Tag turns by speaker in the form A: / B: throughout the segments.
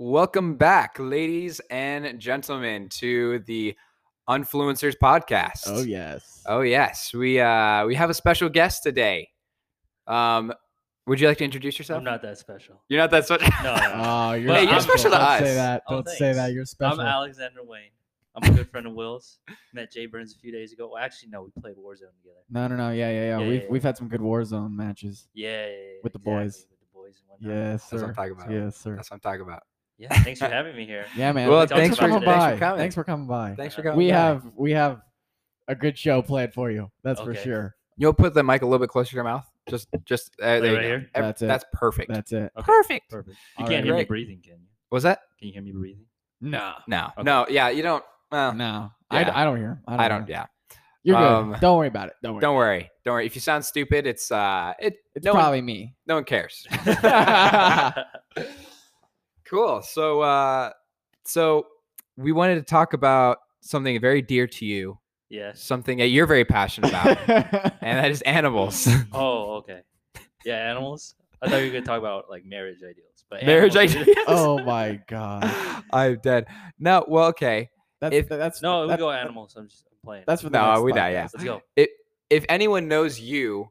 A: Welcome back, ladies and gentlemen, to the Unfluencers podcast.
B: Oh yes.
A: Oh yes, we uh we have a special guest today. Um, would you like to introduce yourself?
C: I'm not that special.
A: You're not that special.
C: No, no.
B: Oh, you're,
C: Hey, you're
A: special to
B: Don't
A: us.
B: Say that.
C: Oh,
B: Don't say that.
C: thanks.
B: You're special.
C: I'm Alexander Wayne. I'm a good friend of Will's. Met Jay Burns a few days ago. Well, actually, no, we played Warzone together.
B: no, no, no. Yeah, yeah, yeah.
C: Yeah,
B: we've
C: yeah,
B: we've had some good Warzone matches.
C: Yeah, yeah, yeah,
B: With the
C: exactly,
B: boys.
C: With the boys and whatnot.
B: Yes,
A: what
B: sir.
A: I'm talking about.
B: Yes, sir.
A: That's what I'm talking about.
C: Yeah. Thanks for having me here.
B: Yeah, man.
A: Well,
B: thanks,
C: thanks
B: for
C: for-
B: coming
A: thanks for
B: by.
A: coming.
B: Thanks for coming by.
A: Thanks for coming.
B: we
A: by.
B: have we have a good show planned for you. That's for
C: Okay.
B: sure.
A: You'll put the mic a little bit closer to your mouth. Just, just uh, there you
C: right
A: go.
C: here?
A: Ev-
B: That's it.
A: perfect.
B: That's it.
C: Okay,
A: perfect.
C: Perfect. You
B: All
C: can't
B: right.
C: hear me
A: Great.
C: breathing, can you?
A: Was that?
C: Can you hear me breathing?
B: No.
A: No,
C: Okay.
A: no, yeah, you don't. Well,
B: No.
A: Yeah.
B: I, I don't hear. him.
A: I
B: hear
A: don't.
B: him.
A: Yeah,
B: You're good.
A: Um,
B: don't worry about it. Don't worry.
A: don't worry, don't worry. If you sound stupid, it's uh, it
B: It's
A: no one-
B: probably me.
A: no one cares. Cool. So, uh, so we wanted to talk about something very dear to you,
C: yes.
A: something that you're very passionate about, and that is animals.
C: Oh, okay. Yeah, animals. I thought you were gonna talk about like marriage ideals, but
A: Marriage
C: animals-
A: ideas.
B: oh my god.
A: I'm dead. No, well, okay.
B: That's
A: If-
B: that's
C: No, we
B: that-
C: go animals. I'm just I'm playing.
B: That's for the
A: No,
B: next
A: we not,
B: podcast.
A: yeah.
C: Let's go.
A: If anyone knows you,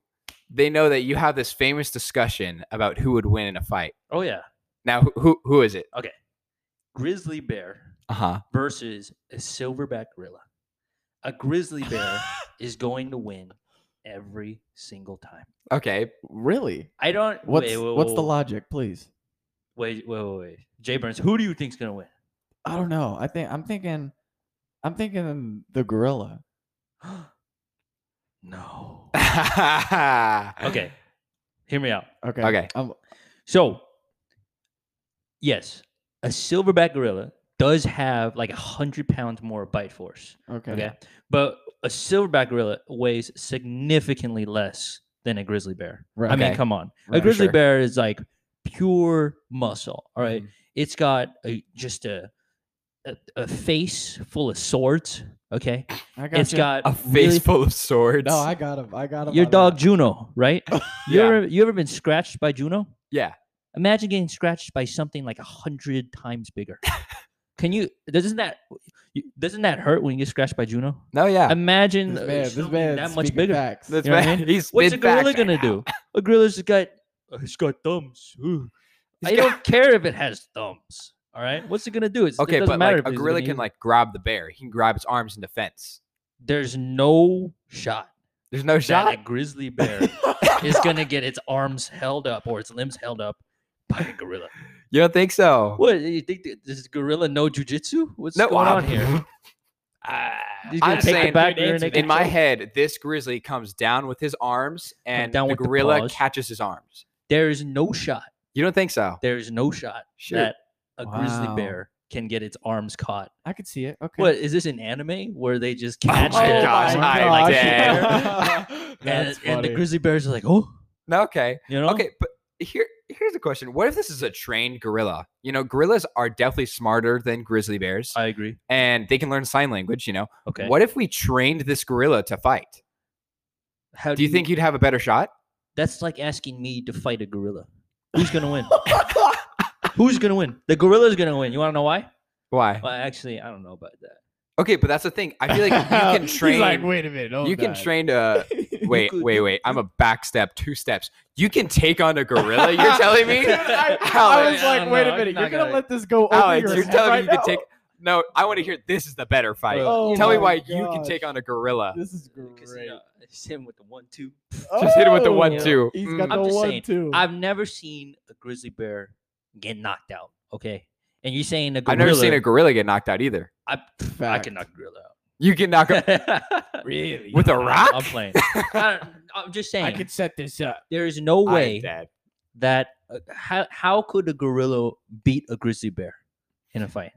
A: they know that you have this famous discussion about who would win in a fight.
C: Oh yeah,
A: Now, who who, who is it?
C: grizzly bear
A: Uh huh.
C: versus a silverback gorilla. A grizzly bear is going to win every single time.
A: Okay.
B: Really?
C: I don't.
B: What's
C: wait, wait,
B: what's the
C: wait,
B: logic, please?
C: Wait, wait, wait, wait. Jay Burns, who do you think's gonna win?
B: I don't know. I think I'm thinking I'm thinking the gorilla.
C: no.
A: okay.
C: Okay, hear me out.
B: Okay.
A: Okay.
B: I'm-
C: So, yes, a silverback gorilla does have like a hundred pounds more bite force.
B: okay.
C: Okay. But a silverback gorilla weighs significantly less than a grizzly bear.
B: Right.
C: I mean,
A: Okay.
C: come on.
B: Right.
C: a
A: Sure.
C: grizzly
A: Mm-hmm.
C: bear is like pure muscle. All right? It's got a, just a, a a face full of swords. Okay.
B: I got
C: It's got
A: A face
C: really-
A: full of swords.
B: No, I got him. I got him.
C: your
B: on
C: dog
B: that.
C: Juno, right? You
A: Yeah.
C: ever you ever been scratched by Juno?
A: Yeah.
C: Imagine getting scratched by something like a hundred times bigger. Can you? Doesn't that you- doesn't that hurt when you get scratched by Juno?
A: No, yeah.
C: Imagine
B: This
C: uh,
B: man, this
C: something
B: man
C: that much
B: speaking
C: bigger.
B: Facts.
A: That's
C: you know what I
A: bad. He's
C: What's a
A: been back
C: gorilla
A: right
C: gonna
A: now.
C: do? A gorilla's got
B: Uh,
C: it's got thumbs. Ugh.
A: He's
C: I
A: got-
C: don't care if it has thumbs. All right, what's it gonna do? It's, it
A: Okay,
C: doesn't
A: but
C: matter
A: like
C: if
A: a
C: it's
A: gorilla
C: gonna
A: can
C: eat-
A: like grab the bear. He can grab its arms in defense.
C: There's no shot
A: There's no shot.
C: that a grizzly bear is gonna get its arms held up or its limbs held up by a gorilla.
A: you don't think so?
C: What you think? th- Does gorilla know jujitsu? What's
A: No,
C: going
A: I'm-
C: on here? He's
A: Ah,
C: gonna
A: I'm
C: take the
A: saying
C: back of your neck
A: in
C: and
A: my
C: choke.
A: head, this grizzly comes down with his arms, and
C: down
A: the
C: with the
A: gorilla
C: paws.
A: catches his arms.
C: There is no shot.
A: You don't think so?
C: There is no shot
A: Shoot.
C: that a grizzly
B: Wow.
C: bear can get its arms caught.
B: I could see it. Okay.
C: What is this an anime where they just catch
A: Oh my
C: it?
A: gosh,
C: like,
A: I
C: like,
A: dare.
C: there,
B: dare.
C: And,
B: Oh That's
C: and the
B: funny.
C: grizzly bears are like, oh,
A: No, okay,
C: you know,
A: okay, but here, here's the question: What if this is a trained gorilla? You know, gorillas are definitely smarter than grizzly bears,
C: I agree.
A: and they can learn sign language. You know,
C: Okay,
A: what if we trained this gorilla to fight?
C: How
A: Do you think you'd have a better shot?
C: that's like asking me to fight a gorilla? Who's gonna win? Who's gonna win? The gorilla's gonna win. You want to know why?
A: Why?
C: Well, actually, I don't know about that.
A: Okay, but that's the thing. I feel like you can
B: He's
A: train.
B: like, wait a minute. hold
A: you can
B: on."
A: train to Uh, wait,
C: could-
A: wait,
C: you-
A: wait. I'm a back step, two steps. You can take on a gorilla. You're telling me,
B: Dude, I,
A: How-
B: I was
C: I
B: like,
C: don't
B: wait
C: know,
B: a
C: I'm
B: minute. You're
C: not
B: gonna
C: gonna-
B: let this go over
A: Alex?
B: your
A: You're
B: head
A: telling me
B: right
A: you can
B: now?
A: take. No, I want to hear. This is the better fight.
B: Oh
A: Tell me
B: my
A: why you can
B: gosh.
A: take on a gorilla.
B: This is
C: Because, you
B: great.
C: know, it's him with the one two.
A: Just hit him with the
B: Oh,
A: one
C: yeah.
A: two.
B: He's
A: Mm.
B: got
C: I'm
B: the
C: just
B: one
C: saying,
B: two.
C: I've never seen a grizzly bear get knocked out. Okay, and you're saying a gorilla?
A: I've never seen a gorilla get knocked out either.
C: I, I
B: Fact.
C: can knock a gorilla
A: You can knock a,
C: out.
B: really
A: with a rock.
C: I'm playing. I, am just saying.
B: set this up.
C: there is no
A: I'm
C: way
A: dead.
C: that uh, how how could a gorilla beat a grizzly bear in a fight?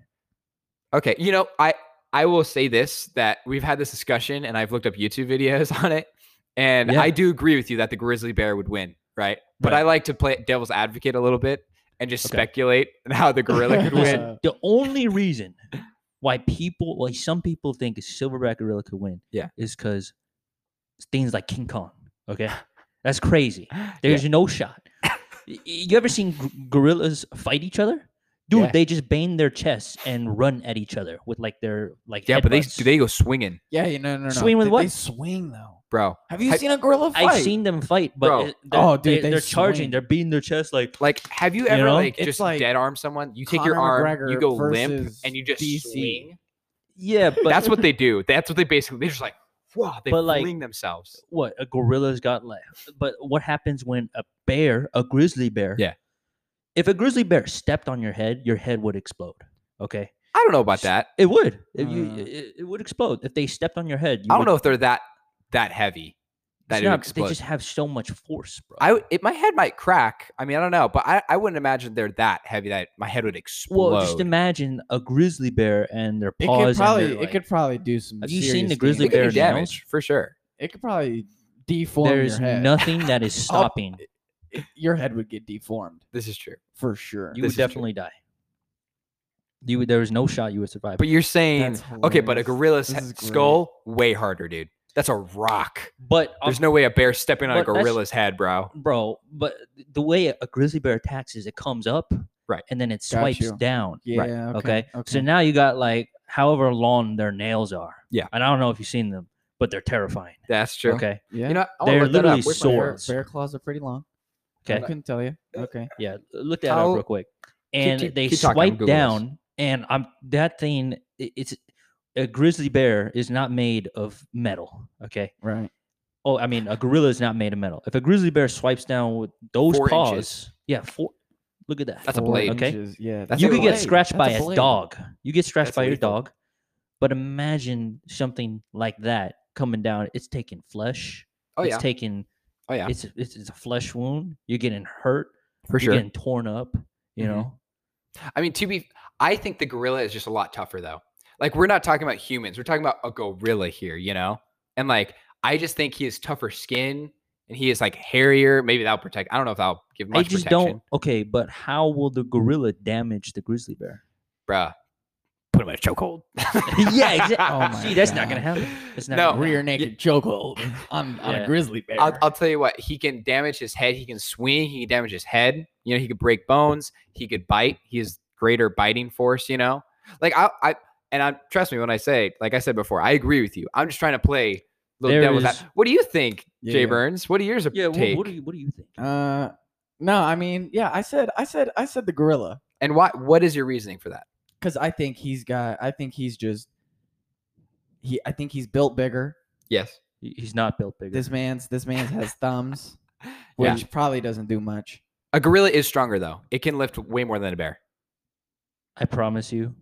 A: Okay, you know, I I will say this that we've had this discussion, and I've looked up YouTube videos on it, and
C: Yeah.
A: I do agree with you that the grizzly bear would win, right? But I
C: Right.
A: like to play devil's advocate a little bit and just
C: Okay.
A: speculate on how the gorilla could win.
B: Listen,
C: The only reason why people, why some people think a silverback gorilla could win,
A: Yeah.
C: is because things like King Kong. Okay, that's crazy. There's no shot. Y- y- You ever seen gr- gorillas fight each other? Dude,
A: Yeah.
C: they just bang their chests and run at each other with like their like
A: Yeah, but they
C: headbutts.
A: do they go swinging,
B: Yeah, you know, no, no.
C: Swing with
B: they, They
C: what?
B: swing though.
A: bro.
B: Have you
A: Have-
B: seen a gorilla fight?
C: I've seen them fight, but
A: Bro.
C: it- they're,
B: Oh, dude,
C: they,
B: they
C: are charging,
B: swing.
C: they're beating their chest like
A: Like, have you
C: You
A: ever
C: know?
A: like
B: It's
A: just
B: like
A: dead arm someone? You take your
B: Conor
A: arm, you
B: McGregor
A: go limp,
B: versus
A: and you just
B: DC.
A: swing.
C: yeah, but
A: That's what they do. That's what they basically. They're just like, wow, they
C: But, like,
A: fling themselves.
C: what a gorilla's got left. But what happens when a bear, a grizzly bear,
A: Yeah.
C: if a grizzly bear stepped on your head, your head would explode. Okay, Mm.
A: I don't know about
C: s-
A: that.
C: it would. If you,
B: Uh.
C: it, it would explode if they stepped on your head. You
A: I don't
C: would-
A: know if they're that that heavy.
C: it's
A: That it
C: not-
A: explode.
C: They just have so much force, bro.
A: I w- it, my head might crack. I mean, I don't know, but I, I wouldn't imagine they're that heavy that my head would explode.
C: well, just imagine a grizzly bear and their
B: It
C: paws.
B: could
C: and their,
B: probably, it
C: like-
B: could probably do some.
C: Have you seen
B: serious
C: the grizzly
A: They
B: damage.
A: could do
C: bear now?
A: damage for sure.
B: It could probably deform
C: There's
B: your head.
C: nothing that is stopping.
B: It- your head would get deformed
A: This is true.
B: for sure.
A: This
C: you would
A: is true.
C: definitely die. You would, there is no shot you would survive.
A: But you're saying
B: That's
A: okay, but a
B: hilarious.
A: gorilla's
B: This
A: he-
B: is great.
A: skull way harder, dude. That's a rock.
C: But um,
A: There's no way a bear stepping on a
C: but that's-
A: gorilla's head, bro.
C: bro. But the way a grizzly bear attacks is it comes up,
A: Right.
C: and then it
B: Got
C: swipes
B: you.
C: down.
B: yeah.
A: right,
B: Okay.
C: Okay?
B: okay.
C: So now you got like however long their nails are.
A: Yeah.
C: And I don't know if you've seen them, but they're terrifying.
A: That's true.
C: Okay.
B: yeah.
A: You know, I wanna
C: They're
A: look that
C: literally
A: up. Where's my
B: Bear-
A: bear?
C: swords.
B: Bear, claws are pretty long.
C: Okay.
B: I couldn't tell you. Okay.
C: Yeah. Look that
A: How-
C: up real quick. And
A: keep-
C: they
A: keep talking, I'm
C: swipe
A: Googling this.
C: down, and I'm that thing. i- It's a grizzly bear is not made of metal. Okay.
B: Right.
C: Oh, I mean, a gorilla is not made of metal. If a grizzly bear swipes down with those
A: Four
C: paws,
A: inches.
C: yeah, four. Look at that.
A: That's a
B: Four
A: blade.
C: Okay.
B: inches, Yeah.
A: That's
C: you
A: a
C: could
A: blade.
C: get scratched by
B: That's
C: a,
B: blade.
C: dog. You get scratched
A: That's
C: by your
A: lethal.
C: dog. But imagine something like that coming down. It's taking flesh.
A: Oh
C: it's
A: yeah,
C: taking
A: oh yeah,
C: it's, it's it's a flesh wound. You're getting hurt.
A: for
C: You're
A: sure.
C: getting torn up. You
A: Mhm.
C: know.
A: I mean, to be, I think the gorilla is just a lot tougher though. Like we're not talking about humans, we're talking about a gorilla here, you know. And like, I just think he has tougher skin and he is like hairier. Maybe that'll protect. I don't know if that'll give much
C: I just
A: protection,
C: don't. Okay, but how will the gorilla damage the grizzly bear?
A: bruh. Put him in a chokehold.
C: Yeah, exact-
B: Oh my
C: See, that's not gonna
B: God.
C: happen. It's not
A: No.
C: gonna
B: Rear
C: happen.
B: naked chokehold on, on
C: Yeah.
B: a grizzly bear.
A: I'll, I'll tell you what, he can damage his head. He can swing. He can damage his head. You know, he could break bones. He could bite. He has greater biting force. You know, like I, I, and I trust me when I say, like I said before, I agree with you. I'm just trying to play little
C: There
A: devil's. ad-
C: is-
A: What do you think,
B: Yeah,
A: Jay
B: yeah.
A: Burns? What are yours?
C: Yeah. wha-
A: take?
C: What, do you What do you think?
B: Uh, no, I mean, yeah, I said, I said, I said the gorilla
A: and why? What is your reasoning for that?
B: because I think he's got, I think he's just, he, I think he's built bigger.
A: Yes.
C: He- He's not built bigger.
B: This man's, this man's has thumbs,
A: Yeah.
B: which probably doesn't do much.
A: A gorilla is stronger though. It can lift way more than a bear.
C: I promise you.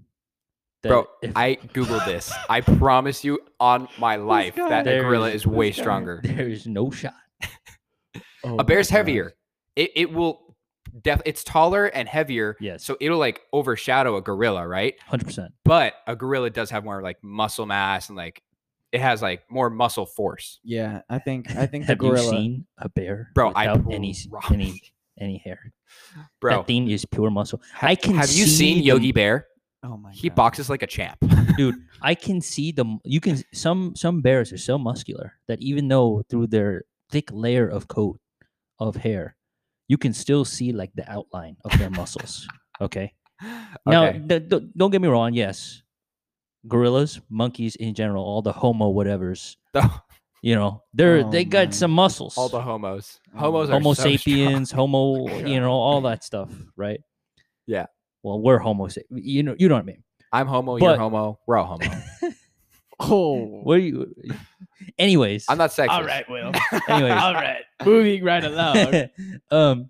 C: That
A: Bro,
C: if-
A: I googled this. I promise you on my life
B: guy.
A: that a
C: There
A: gorilla
C: is-
A: is way
B: this guy.
A: stronger.
C: there is no shot.
B: Oh
A: a bear's
B: my gosh.
A: heavier. It, it will def it's taller and heavier.
C: Yes.
A: So it'll like overshadow a gorilla, right?
C: Hundred percent.
A: But a gorilla does have more like muscle mass and like it has like more muscle force.
B: Yeah, I think, I think the
C: Have you
B: gorilla.
C: seen a bear
A: Bro, I
C: without any s-
A: pro-
C: any any hair?
A: Bro,
C: That thing is pure muscle.
A: ha-
C: I can
A: have you
C: see
A: seen
C: the-
A: Yogi Bear?
B: Oh my
A: He
B: God.
A: boxes like a champ.
C: dude i can see them you can some some bears are so muscular that even though through their thick layer of coat of hair you can still see like the outline of their muscles okay now
A: Okay.
C: th- th- don't get me wrong yes gorillas monkeys in general all the homo whatever's
A: The-
C: you know they're
B: Oh,
C: they got
B: man.
C: some muscles
A: all the homos.
B: Oh,
A: Homos are
C: homo
A: so strong.
C: sapiens homo you know all that stuff right
A: Yeah.
C: well we're homo sap- you know you know what i mean
A: I'm homo, you're
C: But-
A: homo, we're all homo.
B: Oh,
C: what are you anyways
A: I'm not sexist.
B: Will.
C: anyways
B: right, moving right
C: um,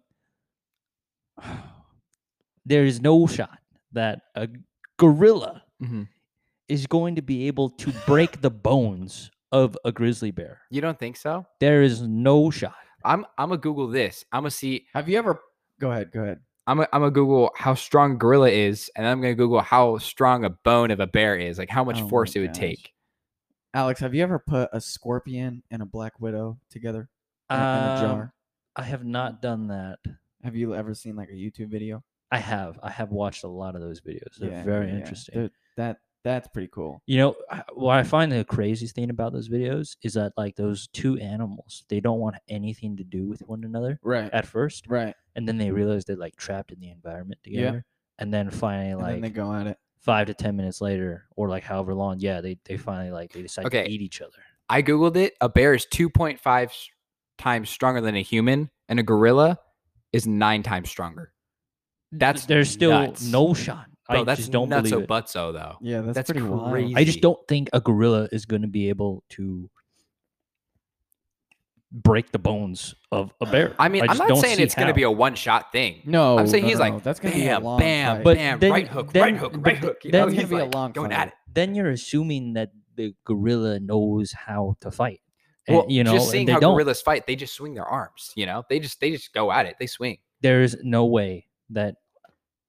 C: there is no shot that a gorilla
A: Mhm.
C: is going to be able to break the bones of a grizzly bear.
A: You don't think so?
C: There is no shot.
A: I'm I'm gonna Google this. I'm gonna see
B: Have you ever? Go ahead. Go ahead.
A: I'm gonna I'm gonna Google how strong a gorilla is, and I'm gonna Google how strong a bone of a bear is, like how much
B: Oh my
A: force it would
B: gosh.
A: take.
B: Alex, have you ever put a scorpion and a black widow together in, a- in a
C: Um,
B: jar?
C: I have not done that.
B: Have you ever seen like a YouTube video?
C: I have. I have watched a lot of those videos. They're
B: Yeah,
C: very
B: yeah, yeah.
C: interesting.
B: They're- That that's pretty cool.
C: You know I- what I find the craziest thing about those videos is that like those two animals, they don't want anything to do with one another
B: Right.
C: at first.
B: Right.
C: and then they realize they're like trapped in the environment
B: Yeah.
C: together and then finally
B: and then
C: like
B: they go at it.
C: five to ten minutes later, or like however long, yeah, they they finally like they decide
A: Okay.
C: to eat each other.
A: I googled it. A bear is 2.5 s- times stronger than a human, and a gorilla is nine times stronger. That's
C: there's still
A: nuts.
C: no shot.
A: Bro,
C: I
A: that's
C: just don't
A: nuts.
C: believe
A: So
C: it.
A: butso though.
B: Yeah, that's,
A: That's
B: pretty wild.
A: crazy.
C: I just
A: easy.
C: don't think a gorilla is going to be able to break the bones of a bear.
A: I mean, I am
C: just
A: not
C: don't
A: saying
C: see
A: it's going to
C: how.
A: be a one shot thing.
B: No,
A: I'm saying
B: no,
A: he's
B: no,
A: like
B: no, that's gonna be a
A: bam,
B: long
A: bam,
B: fight.
C: But
A: bam,
C: then-
A: right hook,
C: then-
A: right hook,
C: but
A: right hook. You
B: then
A: know,
B: it's
A: he's
B: gonna be a
A: like
B: long
A: going
B: fight.
A: at it.
C: Then you're assuming that the gorilla knows how to fight. And,
A: Well,
C: you know,
A: just
C: and
A: seeing
C: they
A: how
C: don't.
A: gorillas fight, they just swing their arms. You know, they just they just go at it. They swing.
C: there's no way that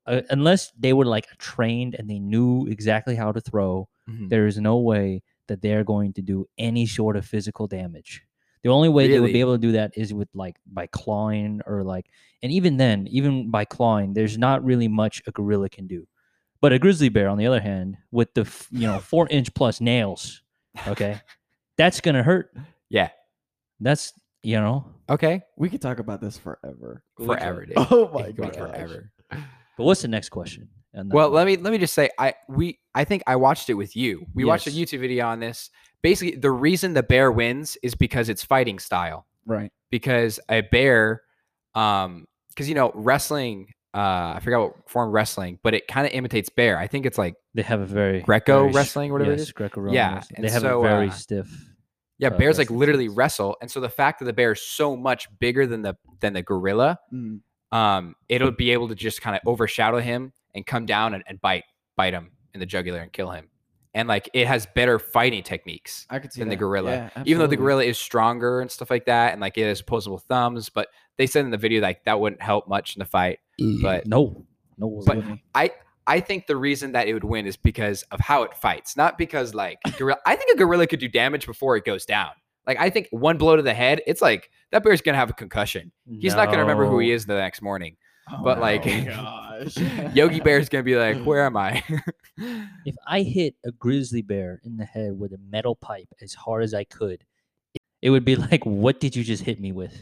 C: uh, unless they were like trained and they knew exactly how to throw
A: Mhm.
C: there is no way that they're going to do any sort of physical damage. The only way they would
A: Really?
C: be able to do that is with like by clawing or like, and even then, even by clawing, there's not really much a gorilla can do. But a grizzly bear, on the other hand, with the f- you know four inch plus nails, okay, that's gonna hurt.
A: Yeah.
C: that's you know.
A: Okay,
B: We could talk about this forever.
A: forever, dude.
B: Oh my
A: It could be
B: god.
A: forever.
C: But what's the next question? And
A: Well, let me let me just say, I we I think I watched it with you. We watched a
C: Yes.
A: YouTube video on this. Basically, the reason the bear wins is because it's fighting style.
B: Right.
A: Because a bear, um, because you know wrestling, uh, I forgot what form of wrestling, but it kind of imitates bear. I think it's like
C: they have a very
A: Greco
C: very s-
A: wrestling, whatever it
C: yes,
A: is.
C: Greco-Roman
A: Yeah,
C: wrestling.
A: and
C: They have
A: so,
C: a very
A: uh,
C: stiff
A: Yeah,
C: uh,
A: bears like
C: wrestling
A: literally
C: sense.
A: wrestle, and so the fact that the bear is so much bigger than the than the gorilla,
B: Mm.
A: um, it'll be able to just kind of overshadow him and come down and, and bite bite him in the jugular and kill him. And like it has better fighting techniques,
B: I could see
A: Than the
B: that.
A: gorilla.
B: Yeah,
A: even though the
B: absolutely.
A: gorilla is stronger and stuff like that, and like it has opposable thumbs. But they said in the video like that wouldn't help much in the fight. But
C: No, no,
A: But-
B: Absolutely.
A: I think the reason that it would win is because of how it fights, not because like gorilla. I think a gorilla could do damage before it goes down. Like I think one blow to the head, it's like that bear's gonna have a concussion. He's not gonna remember who he is the next morning.
B: Oh
A: but, like,
B: my gosh.
A: Yogi Bear's gonna be like, "Where am I?"
C: If I hit a grizzly bear in the head with a metal pipe as hard as I could, it would be like, "What did you just hit me with?"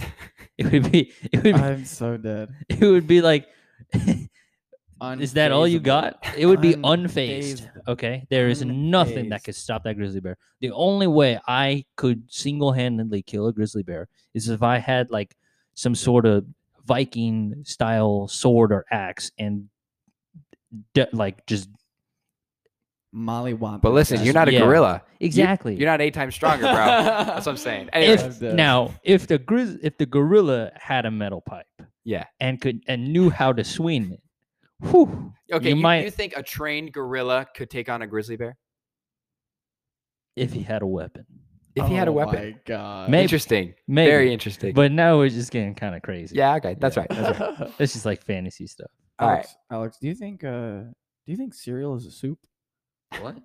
C: It would be, it would, be,
B: I'm so dead.
C: it would be like, "Is that all you
B: Unfazable.
C: got?" It would be
B: Unfazed.
C: unfazed. Okay, there is nothing that could stop that grizzly bear. The only way I could single-handedly kill a grizzly bear is if I had like some sort of Viking-style sword or axe and de- like just
B: Molly Wamp.
A: but listen, you're not a
C: Yeah.
A: gorilla.
C: exactly.
A: You're not eight times stronger, bro. That's what I'm saying. Anyways,
B: I've
C: if
B: done.
C: now if the grizz if the gorilla had a metal pipe
A: Yeah.
C: and could and knew how to swing it whew,
A: okay,
C: you
A: you,
C: might-
A: you think a trained gorilla could take on a grizzly bear
C: if he had a weapon
A: if he had a
B: Oh
A: weapon?
B: my god.
C: Maybe.
A: Interesting,
C: maybe
A: very interesting.
C: but now it's just getting kind of crazy
A: yeah, okay, that's right. That's right.
B: Alex,
C: it's just like fantasy stuff
A: All right.
B: Alex, do you think uh do you think cereal is a soup?
C: what
B: Do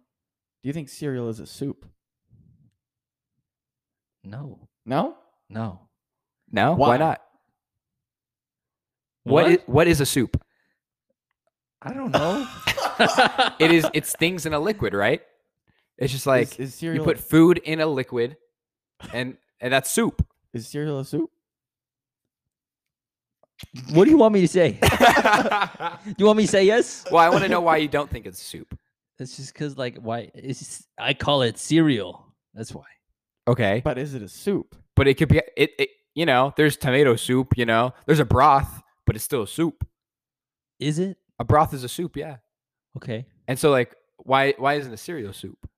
B: you think cereal is a soup?
C: no
B: No?
C: no
A: No, why,
B: Why?
A: not? What is, what is a soup?
C: i don't know
A: It is it's things in a liquid, right? It's just like
B: is, is cereal
A: you put food in a liquid, and and that's soup.
B: is cereal a soup?
C: what do you want me to say
A: well,
C: you want me to say yes
A: I want to know why you don't think it's soup.
C: it's just because like why it's just- i call it cereal that's why
A: Okay,
B: But is it a soup?
A: but it could be it, it you know there's tomato soup you know there's a broth but it's still a soup
C: is it
A: a broth is a soup yeah
C: okay
A: and so like why why isn't a cereal soup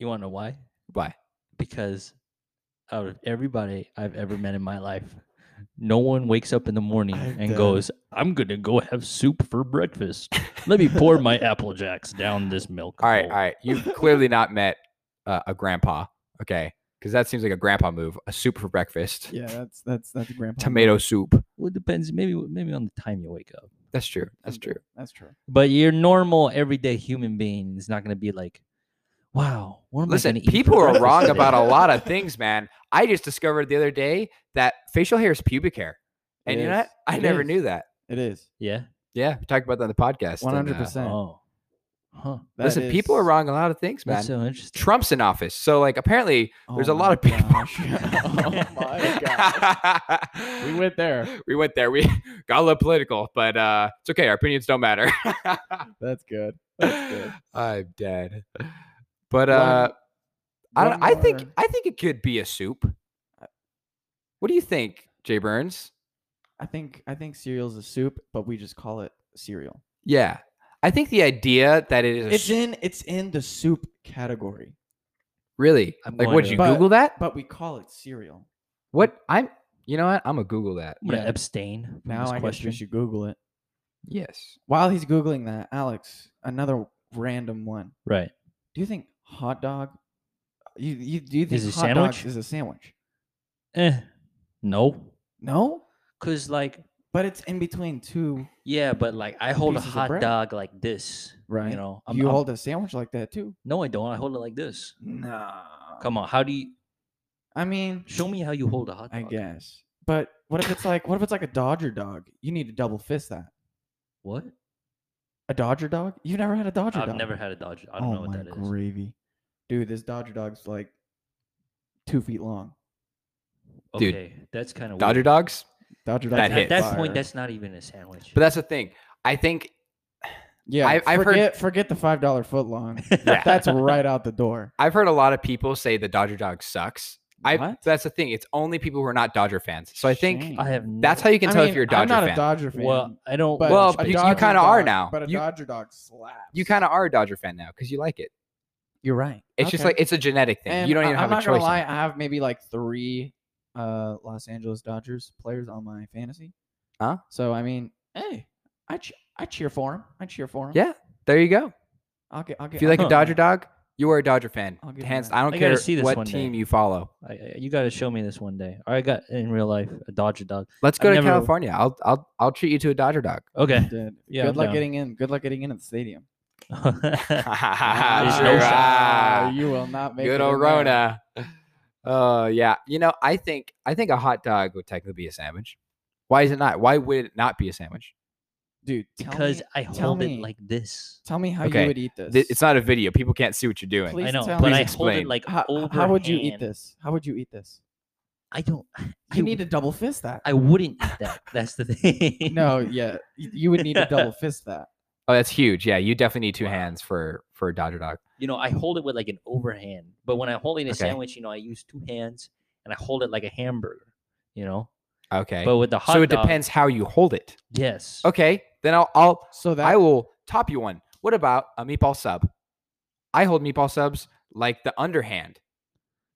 C: you want to know why
A: why
C: because out of everybody I've ever met in my life, no one wakes up in the morning
B: I've
C: and
B: done-
C: goes, I'm going to go have soup for breakfast. Let me pour my Apple Jacks down this milk.
A: all right all
C: bowl."
A: right you've clearly not met uh, a grandpa okay because that seems like a grandpa move a soup for breakfast
B: Yeah, that's that's that's grandpa.
A: tomato soup
C: Well, it depends. Maybe, maybe on the time you wake up.
A: that's true that's true
B: That's true.
C: But your normal everyday human being is not going to be like, wow, what am I
A: listen
C: going to eat?
A: people
C: for
A: are
C: breakfast
A: wrong
C: today?"
A: about a lot of things man i just discovered the other day that facial hair is pubic hair and
B: It
A: you know
B: is.
A: what? i
B: It
A: never
B: is.
A: knew that
B: It is.
C: Yeah.
A: yeah we talked about that on the podcast and, uh,
B: 100%.
C: Oh. Huh.
B: That
A: Listen, people are
B: is-
A: wrong on a lot of things, man.
C: That's so interesting.
A: Trump's in office, so like apparently there's
B: Oh
A: a lot
B: my
A: of people.
B: gosh. oh my god. We went there.
A: we went there. We got a little political, but uh, it's okay. Our opinions don't matter.
B: That's good. That's good.
A: I'm dead. But
B: One-
A: uh, I
B: One
A: don't. I think
B: more.
A: I think it could be a soup. Uh, What do you think, Jay Burns?
B: I think I think cereal's a soup, but we just call it cereal.
A: Yeah, I think the idea that it is a
B: It's
A: soup-
B: in it's in the soup category,
A: really
C: I'm
A: like.
C: going
A: Would
C: to-
A: you
B: But-
A: Google that?
B: but we call it cereal.
A: What I'm. You know what? I'm gonna Google that.
C: I'm gonna
B: Yeah.
C: abstain from
B: Now
C: this
B: I guess
C: question.
B: we should Google it.
A: Yes.
B: While he's googling that, Alex, another random one.
C: Right.
B: Do you think hot dog? uh, You, you do you think
C: Is it
B: hot
C: sandwich?
B: dog is a sandwich?
C: Eh. No.
B: No,
C: Cause like
B: but it's in between two,
C: yeah, but like I hold a
B: Pieces of
C: hot
B: bread.
C: dog like this.
B: right?
C: You know, I'm,
B: you
C: I'm-
B: hold a sandwich like that too.
C: no, I don't. I hold it like this.
B: No,
C: Come on, how do you
B: I mean,
C: show me how you hold a hot dog?
B: I guess. But what if it's like what if it's like a Dodger dog? You need to double fist that.
C: What?
B: A Dodger dog? You've never had a Dodger
C: I've
B: dog?
C: never had a Dodger. I don't
B: oh
C: know what
B: my
C: that is.
B: gravy, dude! This Dodger dog's like two feet long.
A: Dude.
C: Okay, that's kind of
A: Dodger
C: weird.
A: dogs.
B: Dodger dog.
A: That
C: At
A: hits.
C: that point, that's not even a sandwich.
A: But that's the thing. I think.
B: yeah.
A: I- I've heard-
B: forget, forget the five dollar foot long.
A: Yeah.
B: That's right out the door.
A: I've heard a lot of people say the Dodger dog sucks. I.
B: What?
A: That's the thing. It's only people who are not Dodger fans. So I think
B: Shame.
C: I have.
A: that's
C: never-
A: how you can
B: I
A: tell
B: mean,
A: if you're a Dodger
B: I'm not
A: fan.
B: a Dodger fan.
C: Well, I don't.
B: but
A: Well,
B: a
A: you- you
B: Dodger
A: kinda are
B: dog-
A: now.
B: But a
A: You-
B: Dodger dog slaps.
A: You kind of are a Dodger fan now because you like it.
B: You're right.
A: It's just like it's a genetic thing. you don't even
B: I,
A: have
B: I'm
A: a
B: not
A: choice.
B: gonna
A: in
B: lie.
A: it.
B: I have maybe like three uh, Los Angeles Dodgers players on my fantasy.
A: Huh?
B: So I mean, hey, I ch- I cheer for him. I cheer for him.
A: Yeah. There you go.
B: I'll get. I'll get
A: If you like
B: I'll
A: a
B: get
A: Dodger
B: behind it.
A: dog, you are a Dodger fan.
B: oh. I'll give him
A: Hands.
B: that.
A: I don't
C: I gotta
A: care
C: see this
A: what
C: one day.
A: team you follow.
C: I, I- you got to show me this one day. I got in real life a Dodger dog.
A: Let's go
C: I've
A: to
C: never-
A: California. I'll I'll I'll treat you to a Dodger dog.
C: Okay.
B: Dude,
C: Yeah,
B: Good
C: I'm
B: luck
C: down.
B: getting in. Good luck getting in at the stadium.
C: There's no shot.
A: Ah,
B: you will not make
A: Good
B: it
A: old
B: in there.
A: Rona. Oh yeah. You know, I think I think a hot dog would technically be a sandwich. Why is it not? Why would it not be a sandwich?
B: dude. Tell
C: because
B: me,
C: I
B: tell
C: hold
B: me.
C: it like this.
B: tell me how
A: Okay,
B: you would eat this.
A: Th- It's not a video. People can't see what you're doing.
B: Please
C: I know,
B: tell
C: but
B: me.
C: I
A: Please
C: hold
A: explain.
C: it like
B: how,
C: over.
B: how would you eat this? How would you eat this?
C: I don't. I,
B: You need to double fist that.
C: I wouldn't eat that. That's the thing.
B: no, yeah, y- you would need to double fist that.
A: Oh, that's huge. Yeah, you definitely need two
C: Wow.
A: hands for for a Dodger dog.
C: You know, I hold it with like an overhand. But when I'm holding a
A: Okay.
C: sandwich, you know, I use two hands and I hold it like a hamburger. You know,
A: Okay.
C: but with the hot
A: so it
C: dog,
A: depends how you hold it.
C: Yes.
A: Okay, then I'll I'll
B: So that
A: I will top you one. What about a meatball sub? I hold meatball subs like the underhand,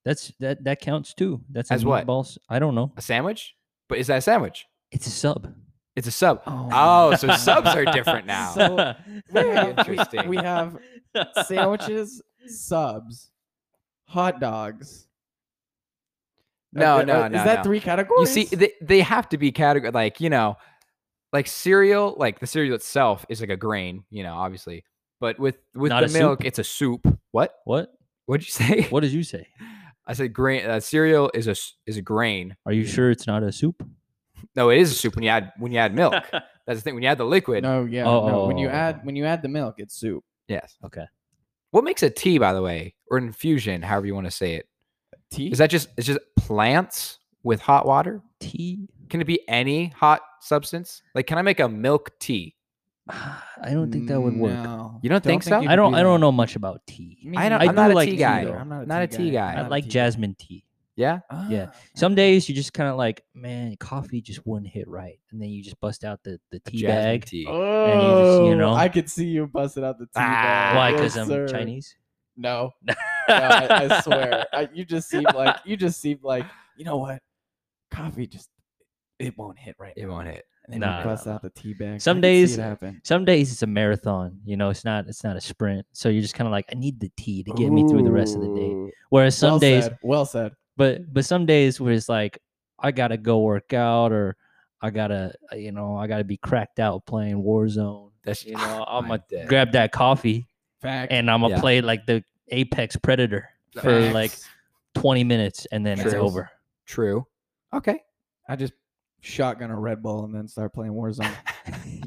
C: That's that. That counts too. That's
A: As what?
C: Balls. I don't know.
A: a sandwich. But is that a sandwich?
C: It's a sub.
A: It's a sub.
B: Oh,
A: Oh, so subs are different now.
B: So-
A: Very
B: we have- we-
A: interesting.
B: We have sandwiches, subs, hot dogs. Uh,
A: No,
B: th-
A: no,
B: uh,
A: no,
B: Is that
A: no.
B: three
A: you
B: categories?
A: see, they, they have to be category like you know, like cereal. Like the cereal itself is like a grain, you know, obviously. But with with
C: Not
A: the
C: a soup?
A: milk, it's a soup. What?
C: What?
A: What'd you say?
C: What did you say?
A: I said grain. Uh, cereal is a s- is a grain.
C: Are you sure it's not a soup?
A: No, it is a soup when you add when you add milk. That's the thing. When you add the liquid,
B: no, yeah, no. When you
C: Oh.
B: add when you add the milk, it's soup.
A: yes.
C: okay.
A: What makes a tea, by the way, or an infusion, however you want to say it?
B: Tea.
A: Is that just it's just plants with hot water?
C: Tea?
A: Can it be any hot substance? Like, can I make a milk tea?
C: I don't think that would work.
B: No,
A: You don't think so?
B: you
C: I
B: could
C: don't.
B: do
C: I
B: that.
C: don't know much about tea.
B: Me
A: I don't.
B: neither.
A: I am not
C: do
A: a
C: like
A: tea
C: tea,
A: guy.
C: though.
B: I'm not a
A: not
B: tea
A: a tea
B: guy.
A: guy.
C: I
B: not a
C: like
B: tea guy.
C: jasmine tea.
A: Yeah.
C: Yeah.
B: Ah,
C: Some days you just kind of like, man, coffee just wouldn't hit right, and then you just bust out the the tea
A: Jasmine
C: bag.
A: Tea.
C: just,
B: Oh,
C: you know-
B: I could see you busting out the tea
A: Ah,
B: bag.
C: Why?
B: Yes,
C: Because I'm
B: sir.
C: Chinese.
B: No, no I, I swear. I, you just seem like you just seem like you know what? Coffee just it won't hit right.
A: It
B: now.
A: won't hit.
B: And then
C: Nah,
B: you
C: nah,
B: bust
C: nah.
B: out the tea bag.
C: Some
B: I can
C: days-
B: see it happen.
C: Some days it's a marathon. You know, it's not. It's not a sprint. So you're just kind of like, I need the tea to get me through the rest of the day.
B: Ooh.
C: Whereas some
B: well
C: days
B: said, well said.
C: but but some days where it's like I gotta go work out or I gotta uh, you know I gotta be cracked out playing Warzone.
A: That's
C: You know I'm
A: my
C: gonna
A: day.
C: grab that coffee
B: Fact.
C: and I'm gonna
A: Yeah.
C: play like the Apex Predator for
B: facts.
C: like 20 minutes and then it's
A: True.
C: over.
A: True. Okay.
B: I just shotgun a Red Bull and then start playing Warzone.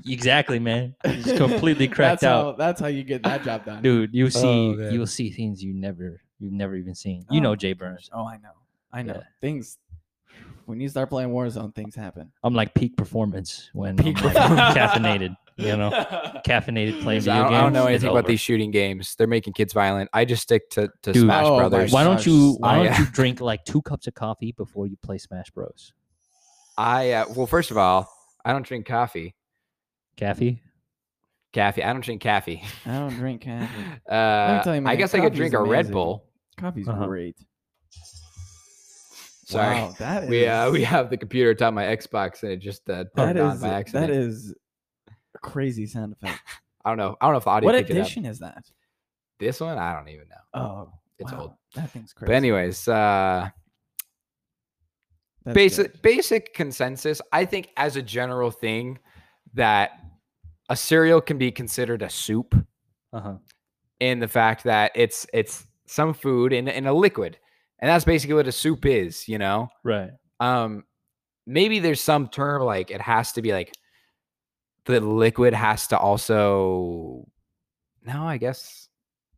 C: exactly, man. Just completely cracked
B: that's How,
C: out,
B: that's how you get that job done.
C: dude. You see,
A: man.
C: you will see things you never, you've never even seen. You
B: Oh
C: know
B: my
C: Jay
B: gosh.
C: Burns.
B: Oh, I know. I know.
C: Yeah.
B: Things. When you start playing Warzone, things happen.
C: I'm like peak performance when
A: Peak
C: I'm like
A: performance.
C: caffeinated. You know, caffeinated playing
A: I
C: video
A: don't,
C: games.
A: I don't know
C: it's
A: anything about
C: over.
A: these shooting games. They're making kids violent. I just stick to, to
C: Dude,
A: Smash
B: Oh my
A: Brothers.
C: Why don't
B: Smash
C: you? Why
A: I,
C: don't
A: uh,
C: you drink like two cups of coffee before you play Smash Bros?
A: I uh, well, first of all, I don't drink coffee.
C: Caffey?
A: Caffeine. I don't drink caffee.
B: I don't drink coffee.
A: Uh,
B: tell
A: I
B: you, man,
A: guess I could
B: coffee's
A: drink a Red
B: amazing.
A: Bull.
B: Coffee's
C: Uh-huh.
B: great.
A: Sorry.
B: Wow, that is,
A: We uh, we have the computer atop my Xbox and it just uh,
B: that
A: turned on
B: is-
A: by accident.
B: that is a crazy sound effect.
A: I don't know. I don't know if the audio
B: what
A: picked it up.
B: edition is that?
A: This one, I don't even know.
B: Oh,
A: It's
B: wow,
A: old.
B: That thing's crazy.
A: But anyways, uh,
B: That's
A: basic
B: good.
A: basic consensus. I think as a general thing that a cereal can be considered a soup
C: Uh
A: Uh-huh.
C: huh.
A: in the fact that it's it's some food in in a liquid, and that's basically what a soup is. You know,
C: Right.
A: um, maybe there's some term like it has to be like the liquid has to also. No, I guess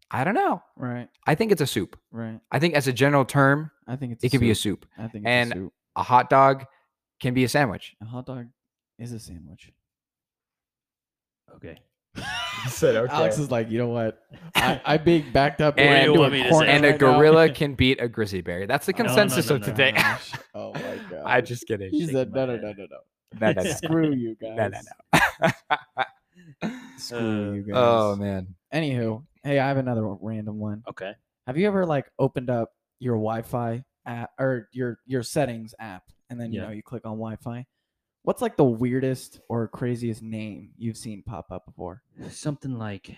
A: I don't know.
B: Right,
A: I think it's a soup.
B: right.
A: I think as a general term,
B: I think it's.
A: it could be a
B: soup.
A: soup.
B: I think it's
A: and-
B: a, soup.
A: A hot dog can be a sandwich.
B: a hot dog is a sandwich.
C: Okay.
A: said
B: Alex is like, you know what? I, I being backed up.
A: And-
B: into
A: You
C: want me to say
B: corner
C: it?
A: and a
B: right now.
A: gorilla can beat a grizzly bear. That's the
C: No, no, no,
A: consensus
C: no,
A: of today.
B: Gosh. Oh my god.
A: I'm just kidding.
B: He
C: shaking
B: said, no,
C: my
B: no,
C: head.
B: no, no, no.
A: No, no, no.
B: Screw you guys.
A: No, no,
B: Screw you guys.
A: Oh man.
B: Uh, Anywho, hey, I have another one- random one.
C: Okay.
B: Have you ever like opened up your Wi-Fi app or your your settings app, and then you
C: Yeah.
B: know you click on Wi-Fi? What's like the weirdest or craziest name you've seen pop up before?
C: Something like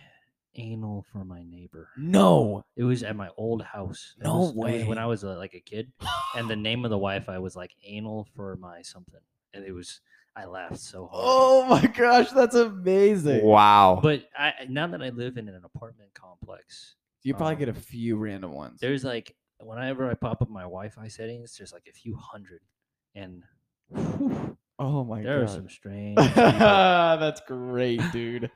C: anal for my neighbor.
B: No.
C: It was at my old house. It
B: No
C: was- it was
B: way.
C: when I was uh, like a kid, and the name of the Wi-Fi was like anal for my something, and it was I laughed so hard.
B: Oh my gosh, that's amazing.
A: Wow.
C: But I I- now that I live in an apartment complex,
B: You probably
C: Um,
B: get a few random ones.
C: there's like whenever I pop up my Wi-Fi settings, there's like a few hundred, and
B: oh my
C: there are
B: gosh.
C: some strange. people.
B: That's great, dude.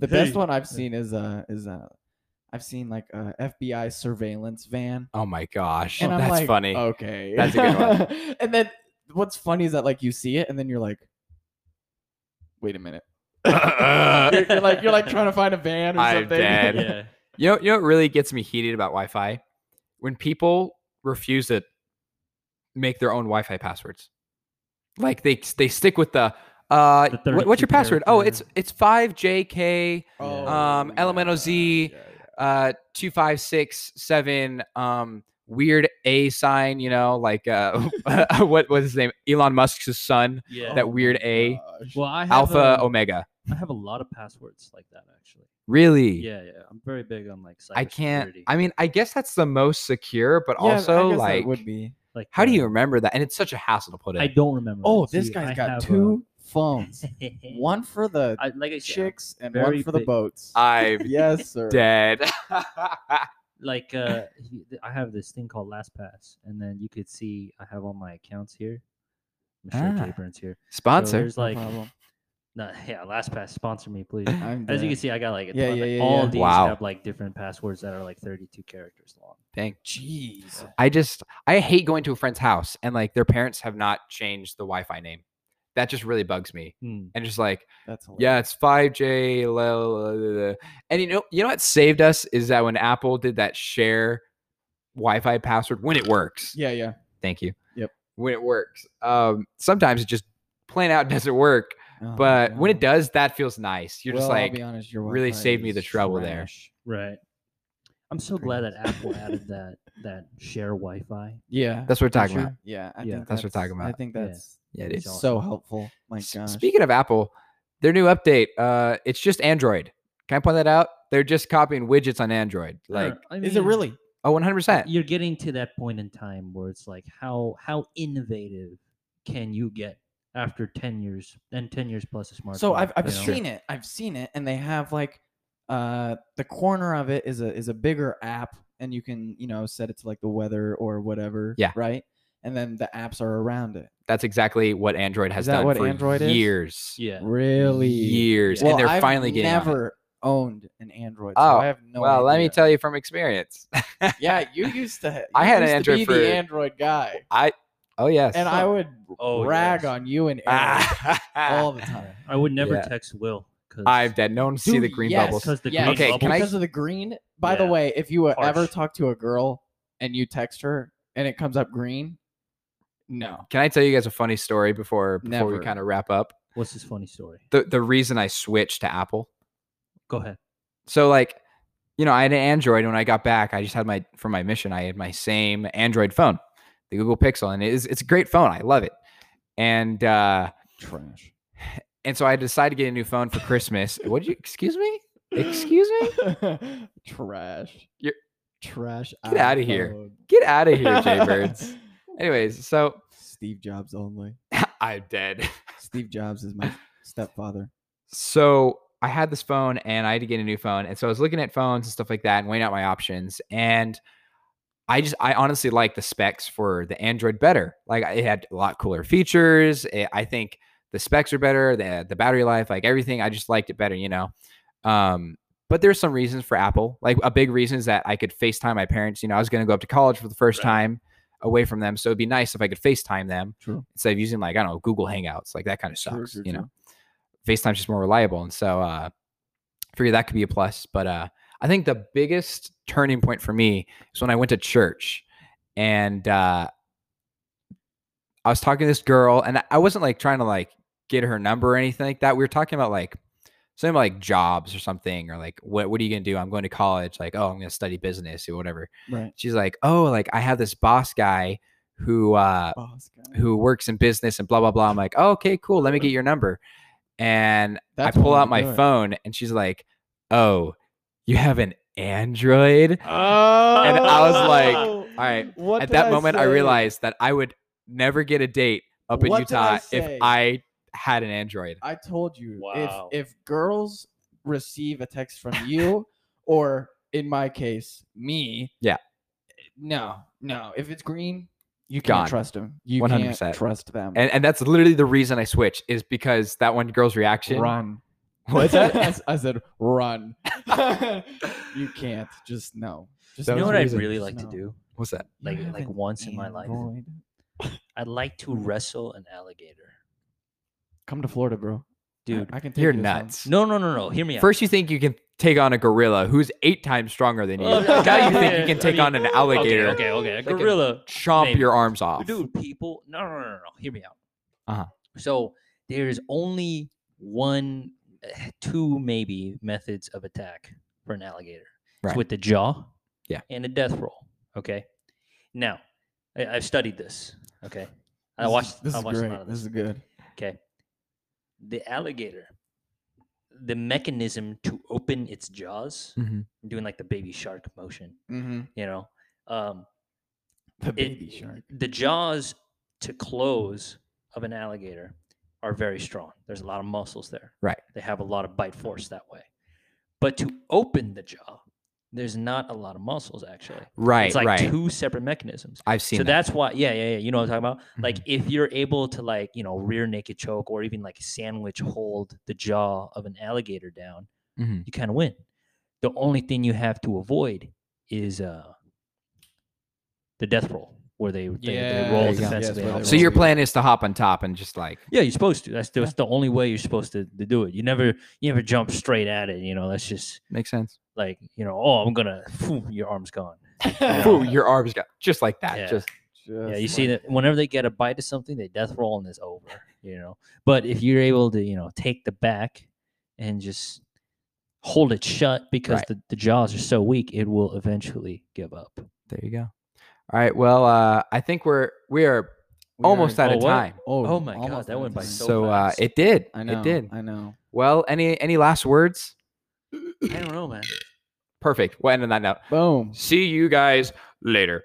B: The best
C: Hey.
B: one I've seen is uh is uh I've seen like a FBI surveillance van.
A: oh my gosh.
B: And I'm
A: That's
B: like,
A: funny.
B: Okay.
A: That's a good
B: one. and then what's funny is that like you see it and then you're like, wait a minute. You're, you're like you're like trying to find a van or
A: I'm
B: something.
A: dead.
C: yeah.
A: You know, you know what really gets me heated about Wi-Fi? When people refuse to make their own Wi-Fi passwords. Like they they stick with the uh
C: The
A: what- what's your
C: 32
A: password? Oh, it's
C: character.
A: it's 5JK
B: Oh,
A: Um, Elemental Z,
B: yeah, yeah.
A: uh 2567 um weird A sign, you know, like uh what was his name? Elon Musk's son,
C: Yeah.
A: that weird A,
B: Oh Gosh.
C: well, I have
A: Alpha
C: a-
A: Omega.
C: I have a lot of passwords like that actually.
A: Really?
C: Yeah, yeah. I'm very big on like
A: I can't.
C: cybersecurity,
A: I mean, I guess that's the most secure, but
B: Yeah, I
A: also
B: guess that
A: like
B: would be.
C: like
A: How do
C: the-
A: you remember that? And it's such a hassle to put in.
C: I don't remember.
B: Oh,
C: it.
B: this
C: See,
B: guy's
C: I
B: got
C: have uh, a-
B: two phones. One for the
C: I, like I said, I'm
B: chicks and one
C: very
B: for the
C: big-
B: boats.
A: I'm
B: yes, sir.
A: dead.
C: like uh he- th- I have this thing called LastPass, and then you could see I have all my accounts here. I'm sure
A: Ah,
C: Jay Burns here. So
A: Sponsor.
C: there's like
B: problem.
C: no, yeah, LastPass sponsor me, please.
B: I'm
C: As you
B: dead.
C: can see, I got like a
B: Yeah,
C: ton-
B: yeah,
C: like,
B: yeah,
C: all
B: yeah.
C: of these
A: Wow.
C: have like different passwords that are like 32 characters long.
A: Dang.
B: Jeez.
A: I just I hate going to a friend's house and like their parents have not changed the Wi-Fi name. That just really bugs me. And just like,
B: That's hilarious.
A: yeah, it's 5J. la, la, la, la, la. And you know, you know what saved us is that when Apple did that share Wi-Fi password when it works.
B: Yeah, yeah.
A: Thank you.
B: Yep.
A: When it works. Um, sometimes it just plain out doesn't work.
B: Oh,
A: But when it
B: wow.
A: does, that feels nice. You're just
B: Well, I'll
A: like,
B: be honest, your
A: really
B: Wi-Fi
A: saved me the
B: is
A: trouble there.
B: trash.
C: Right. I'm so
B: Pretty
C: glad that
B: much.
C: Apple added that that share Wi-Fi.
B: Yeah.
A: that's what we're talking
B: sure.
A: about.
B: Yeah, I
C: Yeah,
B: think
A: that's what we're talking
B: I
A: about.
B: think
C: Yeah.
B: that's
A: Yeah,
C: It's
A: dude.
B: it's
C: awesome.
B: so helpful. My
A: S-
B: gosh.
A: Speaking of Apple, their new update, uh, it's just Android. Can I point that out? They're just copying widgets on Android. Like,
C: I
B: is it
C: mean,
B: really?
A: oh, 100%.
C: You're getting to that point in time where it's like how how innovative can you get after 10 years and 10 years plus a smartphone?
B: So I've I've
C: you know?
B: seen it. I've seen it, and they have like uh the corner of it is a is a bigger app, and you can you know set it to like the weather or whatever.
A: Yeah.
B: Right. and then the apps are around it.
A: That's exactly what Android has
B: that
A: done
B: what
A: for
B: Android is?
A: years.
C: Yeah.
B: Really?
A: Years.
B: Well,
A: and they're
B: I've
A: finally getting on it.
B: never owned an Android. so
A: Oh,
B: I have no
A: well, let me
B: idea.
A: tell you from experience.
B: Yeah, you used to.
A: I
B: you
A: had an
B: used to
A: Android
B: be
A: for-
B: the Android guy,
A: I oh yes.
B: and I would
C: Oh,
B: rag
C: yes.
B: on you and Aaron
A: Ah.
B: all the time.
C: I would never
A: Yeah.
C: text Will. Cause,
A: I'm dead. No one see
B: Dude,
A: the green
B: yes.
A: bubbles.
C: because the
B: Yes.
C: green
A: Okay,
C: bubble.
A: can I-
B: because of the green. By the
C: Yeah.
B: way, if you uh, ever
C: Harsh.
B: talk to a girl and you text her and it comes up green, no.
A: Can I tell you guys a funny story before before we
B: Never.
A: kind of wrap up?
C: What's this funny story?
A: The the reason I switched to Apple.
C: Go ahead.
A: So like, you know, I had an Android when I got back. I just had my for my mission. I had my same Android phone, the Google Pixel, and it is it's a great phone. I love it. And uh
B: Trash.
A: and so I decided to get a new phone for Christmas. What did you excuse me? Excuse me?
B: me? Trash.
A: You're-
B: Trash.
A: Get outta here.
B: iPhone.
A: Get out of here, Jaybirds. Anyways, so
B: Steve Jobs only.
A: I'm dead.
B: Steve Jobs is my stepfather.
A: So I had this phone and I had to get a new phone. And so I was looking at phones and stuff like that and weighing out my options. And I just, I honestly like the specs for the Android better. Like it had a lot cooler features. It, I think the specs are better, the, the battery life, like everything. I just liked it better, you know? Um, but there's some reasons for Apple. Like a big reason is that I could FaceTime my parents. You know, I was going to go up to college for the first
C: Right.
A: time away from them. So it'd be nice if I could FaceTime them
B: True.
A: instead of using like, I don't know, Google Hangouts. Like that kind of sucks,
B: True, true,
A: you know?
B: true.
A: FaceTime's just more reliable. And so uh I figure that could be a plus. But uh I think the biggest turning point for me is when I went to church and uh I was talking to this girl and I- I wasn't like trying to like get her number or anything like that. We were talking about like something about, like jobs or something or like what what are you gonna do? I'm going to college, like, oh I'm gonna study business or whatever.
B: Right.
A: She's like, Oh, like I have this boss guy who uh
B: Boss Oh, guy.
A: who works in business and blah blah blah. I'm like, oh, okay, cool. Let me get your number. And
B: That's
A: I
B: what
A: pull
B: we
A: out my
B: do it.
A: phone, and she's like, oh, you have an Android.
B: Oh.
A: And I was like, all right.
B: What
A: At
B: did
A: that moment, I
B: say?
A: realized that I would never get a date up in
B: What did I
A: Utah
B: say?
A: if I had an Android.
B: I told you
C: Wow.
B: if if girls receive a text from you, or in my case, me.
A: Yeah.
B: No, no. If it's green, you can't
A: Gone.
B: trust them. You can't
A: 100%.
B: trust them.
A: And, and that's literally the reason I switched is because that one girl's reaction.
B: run.
A: What's
B: I
A: that?
B: s- I said run. you can't. Just no. Just
A: That
C: You
A: was
C: know what I'd
A: reason.
C: really
B: Just
C: like to
B: no.
C: do?
A: What's that?
B: You
C: Like
B: have
C: like
B: an
C: once in my life.
B: Android.
C: I'd like to wrestle an alligator.
B: Come to Florida, bro.
C: Dude.
B: I, I can take
A: You're
B: you to some.
A: nuts.
C: No, no, no, no. Hear me out.
A: First, you think you can take on a gorilla who's eight times stronger than you.
C: Well,
B: I-
A: now you think
B: I
A: you can take
C: mean-
A: on an alligator,
C: Okay, okay, okay. A
A: Like a
C: gorilla.
A: chomp
C: Maybe.
A: your arms off.
C: Dude, people. No, no, no, no, no. Hear me out.
A: Uh-huh.
C: So there's only one, eh, two maybe methods of attack for an alligator. It's
A: Right.
C: with the jaw.
A: Yeah.
C: And a death roll. Okay. Now, I, I've studied this. Okay. I
B: This is-
C: watched.
B: This
C: I
B: is
C: watched A lot
B: great.
C: of
B: This
C: this.
B: is good.
C: Okay. The alligator, the mechanism to open its jaws,
A: Mhm.
B: Mm.
C: I'm doing like the baby shark motion,
B: Mm-hmm.
C: you know. Um,
B: The
C: it-
B: baby shark.
C: The jaws to close of an alligator are very strong. There's a lot of muscles there.
A: Right.
C: They have a lot of bite force that way. But to open the jaw, there's not a lot of muscles actually.
A: Right,
C: it's like
A: right.
C: two separate mechanisms.
A: I've seen
C: so
A: that. Mm-hmm.
C: that's why yeah yeah yeah you know what i'm talking about like if you're able to like you know rear naked choke or even like sandwich hold the jaw of an alligator down
A: Mhm.
C: you kind of win the only thing you have to avoid is uh the death roll where they, they,
B: Yeah,
C: they roll
A: There you go.
C: defensively
B: Yes,
C: and
B: where
C: all
B: they
C: that.
A: So your
B: Probably.
A: plan is to hop on top and just like
C: yeah you're supposed to that's, that's the only way you're supposed to, to do it you never you never jump straight at it you know that's just
A: makes sense.
C: like you know oh i'm gonna phew, your arm's gone
B: Yeah.
A: Ooh, your arms got just like that.
C: Yeah.
A: Just
C: yeah,
B: Just
C: you see
B: like-
C: that whenever they get a bite of something, they death roll and it's over, you know. But if you're able to, you know, take the back and just hold it shut because
A: Right.
C: the, the jaws are so weak, it will eventually give up.
A: there you go. All right. Well, uh, I think we're we are
B: We are
A: almost
B: in-
A: out
C: Oh,
A: of
C: what?
A: time.
C: Oh my God,
B: almost
C: that
B: out of
C: went by
B: time.
C: so
A: So uh,
C: fast.
A: it did.
B: I know.
A: It did.
B: I know.
A: Well, any any last words?
C: I don't know, man.
A: Perfect. We'll end on that note.
B: Boom.
A: See you guys later.